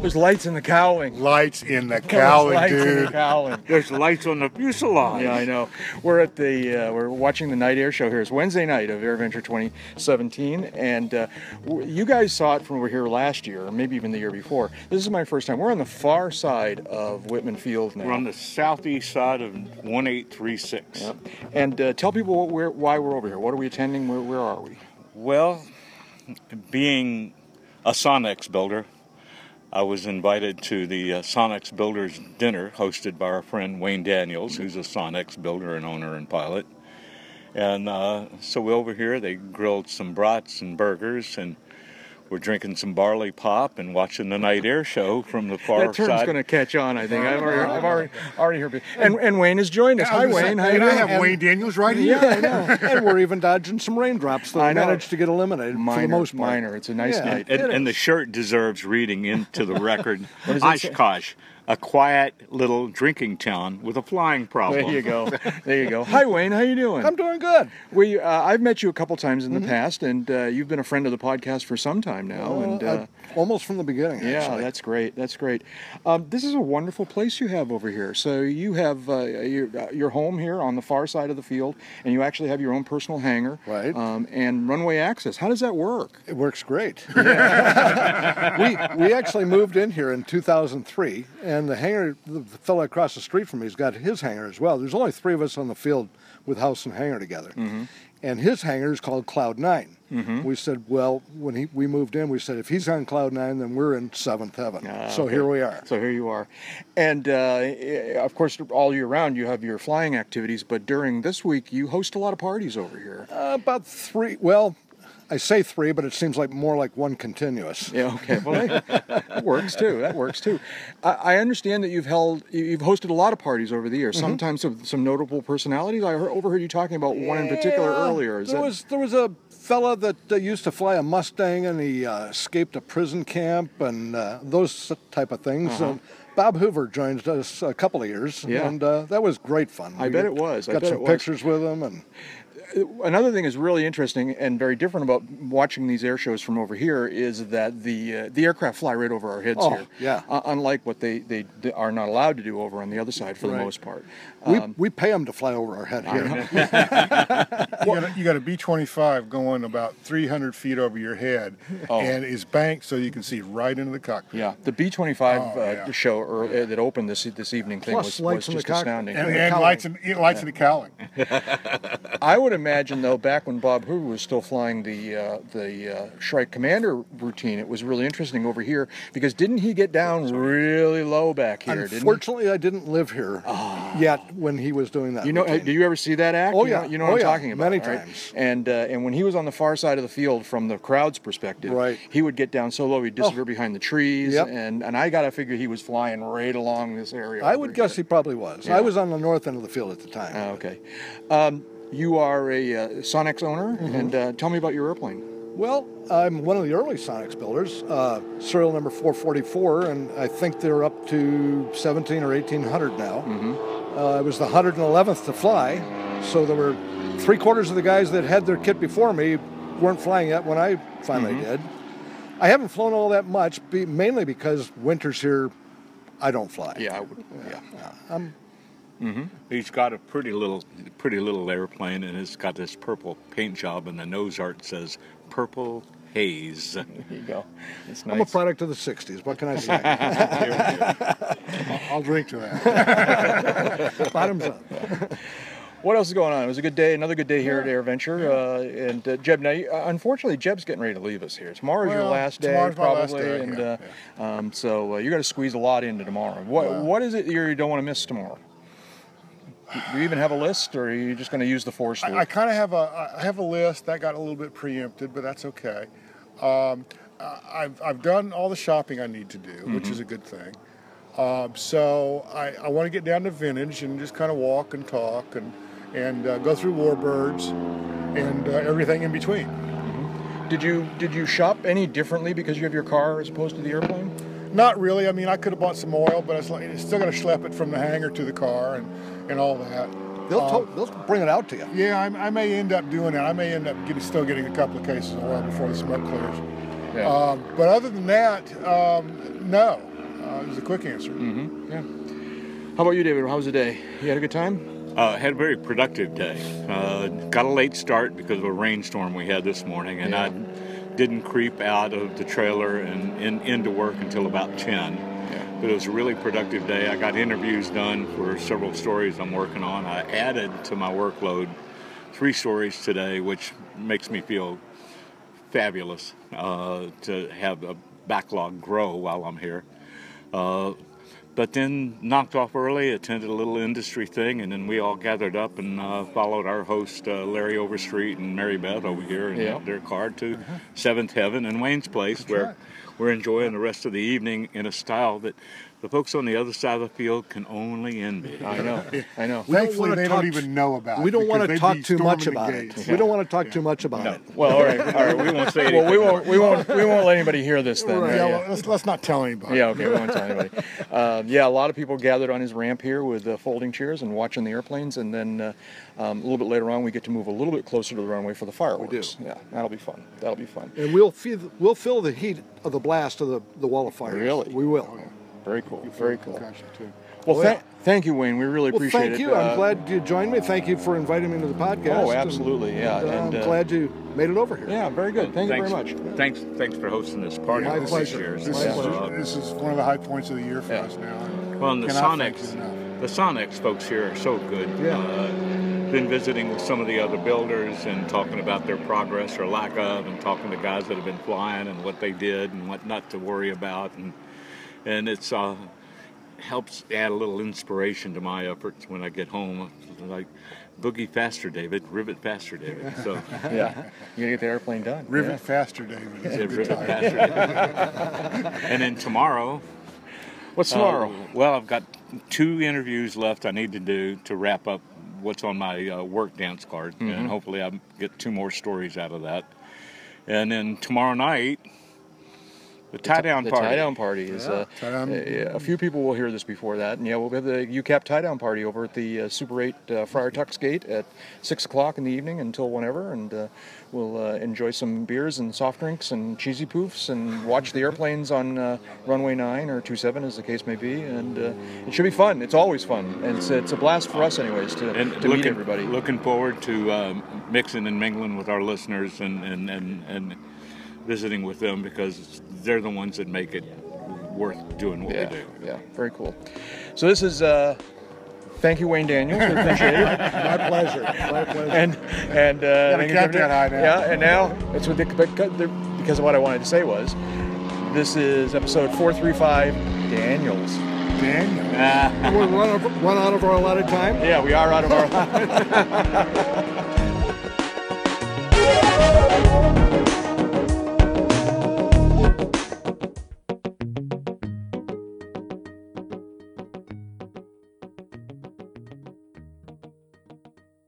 There's lights in the cowling. Lights in the There's cowling, lights in the dude. cowling. There's lights on the fuselage. Yeah, I know. We're at the uh, we're watching the night air show here. It's Wednesday night of Air Venture 2017, and uh, w- you guys saw it from over here last year, or maybe even the year before. This is my first time. We're on the far side of Whitman Field now. We're on the southeast side of 1836. Yep. And uh, tell people what we're, why we're over here. What are we attending? Where, where are we? Well, being a Sonics builder, I was invited to the uh, Sonics Builders Dinner hosted by our friend Wayne Daniels, who's a Sonics builder and owner and pilot. And uh, so we over here, they grilled some brats and burgers, and we're drinking some barley pop and watching the night air show from the far that term's side. going to catch on, I think. I've already, I've already, already heard. people- And, and Wayne has joined us. Hi, Wayne. Hi, And I have And- Wayne Daniels right here. Yeah, I know. and we're even dodging some raindrops that I know. managed to get eliminated minor, for the most part. minor. It's a nice Yeah. night. and, It and the is. shirt deserves reading into the record. does it say? Oshkosh, a quiet little drinking town with a flying problem. There you go. There you go. Hi, Wayne. How you doing? I'm Mm-hmm. doing good. We, uh, I've met you a couple times in the past, and uh, you've been a friend of the podcast for some time now. and uh, Uh, almost from the beginning. yeah, actually. that's great. That's great. Um, this is a wonderful place you have over here. So you have uh, your, uh, your home here on the far side of the field, and you actually have your own personal hangar, Right. Um, and runway access. How does that work? It works great. we we actually moved in here in 2003, and the hangar, the fellow across the street from me, has got his hangar as well. There's only three of us on the field with house and hangar together, Mm-hmm. and his hangar is called Cloud 9 We said, well, when he we moved in, we said if he's on Cloud Nine, then we're in seventh heaven. Ah, so here we are. So here you are, and uh, eh, of course, all year round you have your flying activities. But during this week, you host a lot of parties over here. Uh, about three. Well, I say three, but it seems like more like one continuous. Yeah. Okay. Well, that, that works too. That works too. I, I understand that you've held, you- you've hosted a lot of parties over the Mm-hmm. years. Sometimes some, some notable personalities. I heard, overheard you talking about one in particular Yeah, earlier. Is there that was there was a fella that uh, used to fly a Mustang and he uh, escaped a prison camp and uh, those type of things. And Bob Hoover joined us a couple of years, Uh-huh. Yeah. and uh, that was great fun. I bet it was. I Got bet some it was. pictures with him, and another thing is really interesting and very different about watching these air shows from over here is that the uh, the aircraft fly right over our heads Oh, here. yeah. Uh, unlike what they, they d- are not allowed to do over on the other side for the most part. we Um, we pay him to fly over our head here. You got, a, you got a B-25 going about 300 feet over your head, and it's banked so you can see right into the cockpit. Yeah, the B twenty five Oh, yeah. show ear- uh, that opened this this evening thing Plus was, was lights in the just cockpit. astounding. And, In the and cowling. lights in, it lights in the cowling. I would imagine though, back when Bob Hoover was still flying the uh, the uh, Shrike Commander routine, it was really interesting over here because didn't he get down really low back here? didn't he? Ah. Unfortunately, I didn't live here yet when he was doing that. You know, routine. did you ever see that act? Oh, You know- yeah. you know Oh, what I'm yeah. talking about, Many right? times. And uh, and when he was on the far side of the field from the crowd's perspective, Right. Oh. he would get down so low he'd disappear behind the trees, Yep. and and I gotta figure he was flying right along this area. I over would guess here. he probably was. Yeah. I was on the north end of the field at the time. Ah, okay, um, you are a uh, Sonics owner, Mm-hmm. and uh, tell me about your airplane. Well, I'm one of the early Sonics builders, uh, serial number 444, and I think they're up to 17 or 1800 now. Uh, I was the 111th to fly, so there were three quarters of the guys that had their kit before me weren't flying yet when I finally did. I haven't flown all that much, be, mainly because winters here, I don't fly. Yeah, I would. Yeah. He's got a pretty little, pretty little airplane, and it's got this purple paint job, and the nose art says "Purple Haze." There you go. It's I'm a product of the 60s. What can I say? I'll drink to that. Bottoms up. What else is going on? It was a good day, another good day here at Air Venture. Uh, and uh, Jeb, now you, uh, unfortunately, Jeb's getting ready to leave us here. Tomorrow's your Well, last day, tomorrow's my probably. last day, and yeah, uh, Um, so uh, you got to squeeze a lot into tomorrow. What What is it you're- you don't want to miss tomorrow? Do you even have a list, or are you just going to use the force I, loop? I kind of have a I have a list that got a little bit preempted, but that's okay. Um, I- I've I've done all the shopping I need to do, which is a good thing. Um, so I, I want to get down to vintage and just kind of walk and talk and and uh, go through warbirds and uh, everything in between. did you Did you shop any differently because you have your car as opposed to the airplane? Not really. I mean, I could have bought some oil, but it's like it's still got to schlep it from the hangar to the car and and all that. They'll, to- they'll bring it out to you. Yeah, I, I may end up doing that. I may end up getting, still getting a couple of Uh, cases of oil before the smoke clears. Yeah. Um, but other than that, um, no. uh, is the quick answer. Yeah. How about you, David? How was the day? You had a good time? Uh, had a very productive day. Uh, got a late start because of a rainstorm we had this morning, and I didn't creep out of the trailer and in, into work until about 10. But it was a really productive day. I got interviews done for several stories I'm working on. I added to my workload three stories today, which makes me feel fabulous uh, to have a backlog grow while I'm here. Uh, but then knocked off early, attended a little industry thing, and then we all gathered up and uh, followed our host uh, Larry Overstreet and Mary Beth over here and Yeah. their car to Seventh Heaven and Wayne's Place, where we're enjoying the rest of the evening in a style that the folks on the other side of the field can only envy. I know. I know. don't Thankfully, wanna they talk- don't even know about. We it don't because want they'd to be talk too storming much the about it. gates. We don't want to talk too much about it. Well, all right, all right. We won't say anything. Well, we won't, we won't, we won't let anybody hear this then. Yeah, right? well, let's, let's not tell anybody. Yeah, okay, we won't tell anybody. Um, yeah, a lot of people gathered on his ramp here with uh, folding chairs and watching the airplanes, and then uh, um, a little bit later on, we get to move a little bit closer to the runway for the fireworks. Yeah, that'll be fun. That'll be fun. And we'll feel we'll feel the heat of the blast of the, the wall of fire. Really? we will. Very cool. Very cool. Gotcha, Oh, too. Well, Oh, tha- yeah. thank you, Wayne. We really Well, appreciate thank it. you. Uh, I'm glad you joined me. Thank you for inviting me to the podcast. Oh, absolutely, yeah, And, uh, and, I'm uh, glad you made it over here. Yeah, very good. Thank you very much. Thanks, thanks for hosting this party. Yeah, My this, is, pleasure. Year. this, This is, is, uh, this is one of the high points of the year for Yeah. us now. and well, and the cannot thank Sonics, you enough. the Sonics folks here are so good. Yeah. Uh, been visiting with some of the other builders and talking about their progress or lack of, and talking to guys that have been flying and what they did and what not to worry about, and and it's uh, helps add a little inspiration to my efforts when I get home. Like, boogie faster, David. Rivet faster, David. So. Yeah, you gotta get the airplane done. Rivet Yeah. faster, David. It's a Yeah, good Rivet time. faster, David. and then tomorrow, What's tomorrow? uh, well, I've got two interviews left I need to do to wrap up what's on my uh, work dance card, Mm-hmm. and hopefully I get two more stories out of that. And then tomorrow night, the tie down the party. tie down party is. Uh, Tie-down. uh, yeah, a few people will hear this before that, and yeah, we'll have the UCAP tie down party over at the uh, Super Eight uh, Friar Tuck's Gate at six o'clock in the evening until whenever, and uh, we'll uh, enjoy some beers and soft drinks and cheesy poofs and watch the airplanes on uh, runway nine or two seven, as the case may be, and uh, it should be fun. It's always fun, and it's, it's a blast for us, anyways, to, and to looking, meet everybody. Looking forward to um, mixing and mingling with our listeners and, and, and, and visiting with them because they're the ones that make it worth doing what yeah, we do. yeah, very cool. So this is. Uh, Thank you, Wayne Daniels. We appreciate it. My pleasure. My pleasure. and and uh, Gotta count that high now. yeah, and now it's with the, because the- because of what I wanted to say was this is episode four three five Daniels. Daniel. We're one, of, one out of our allotted time. Yeah, we are out of our.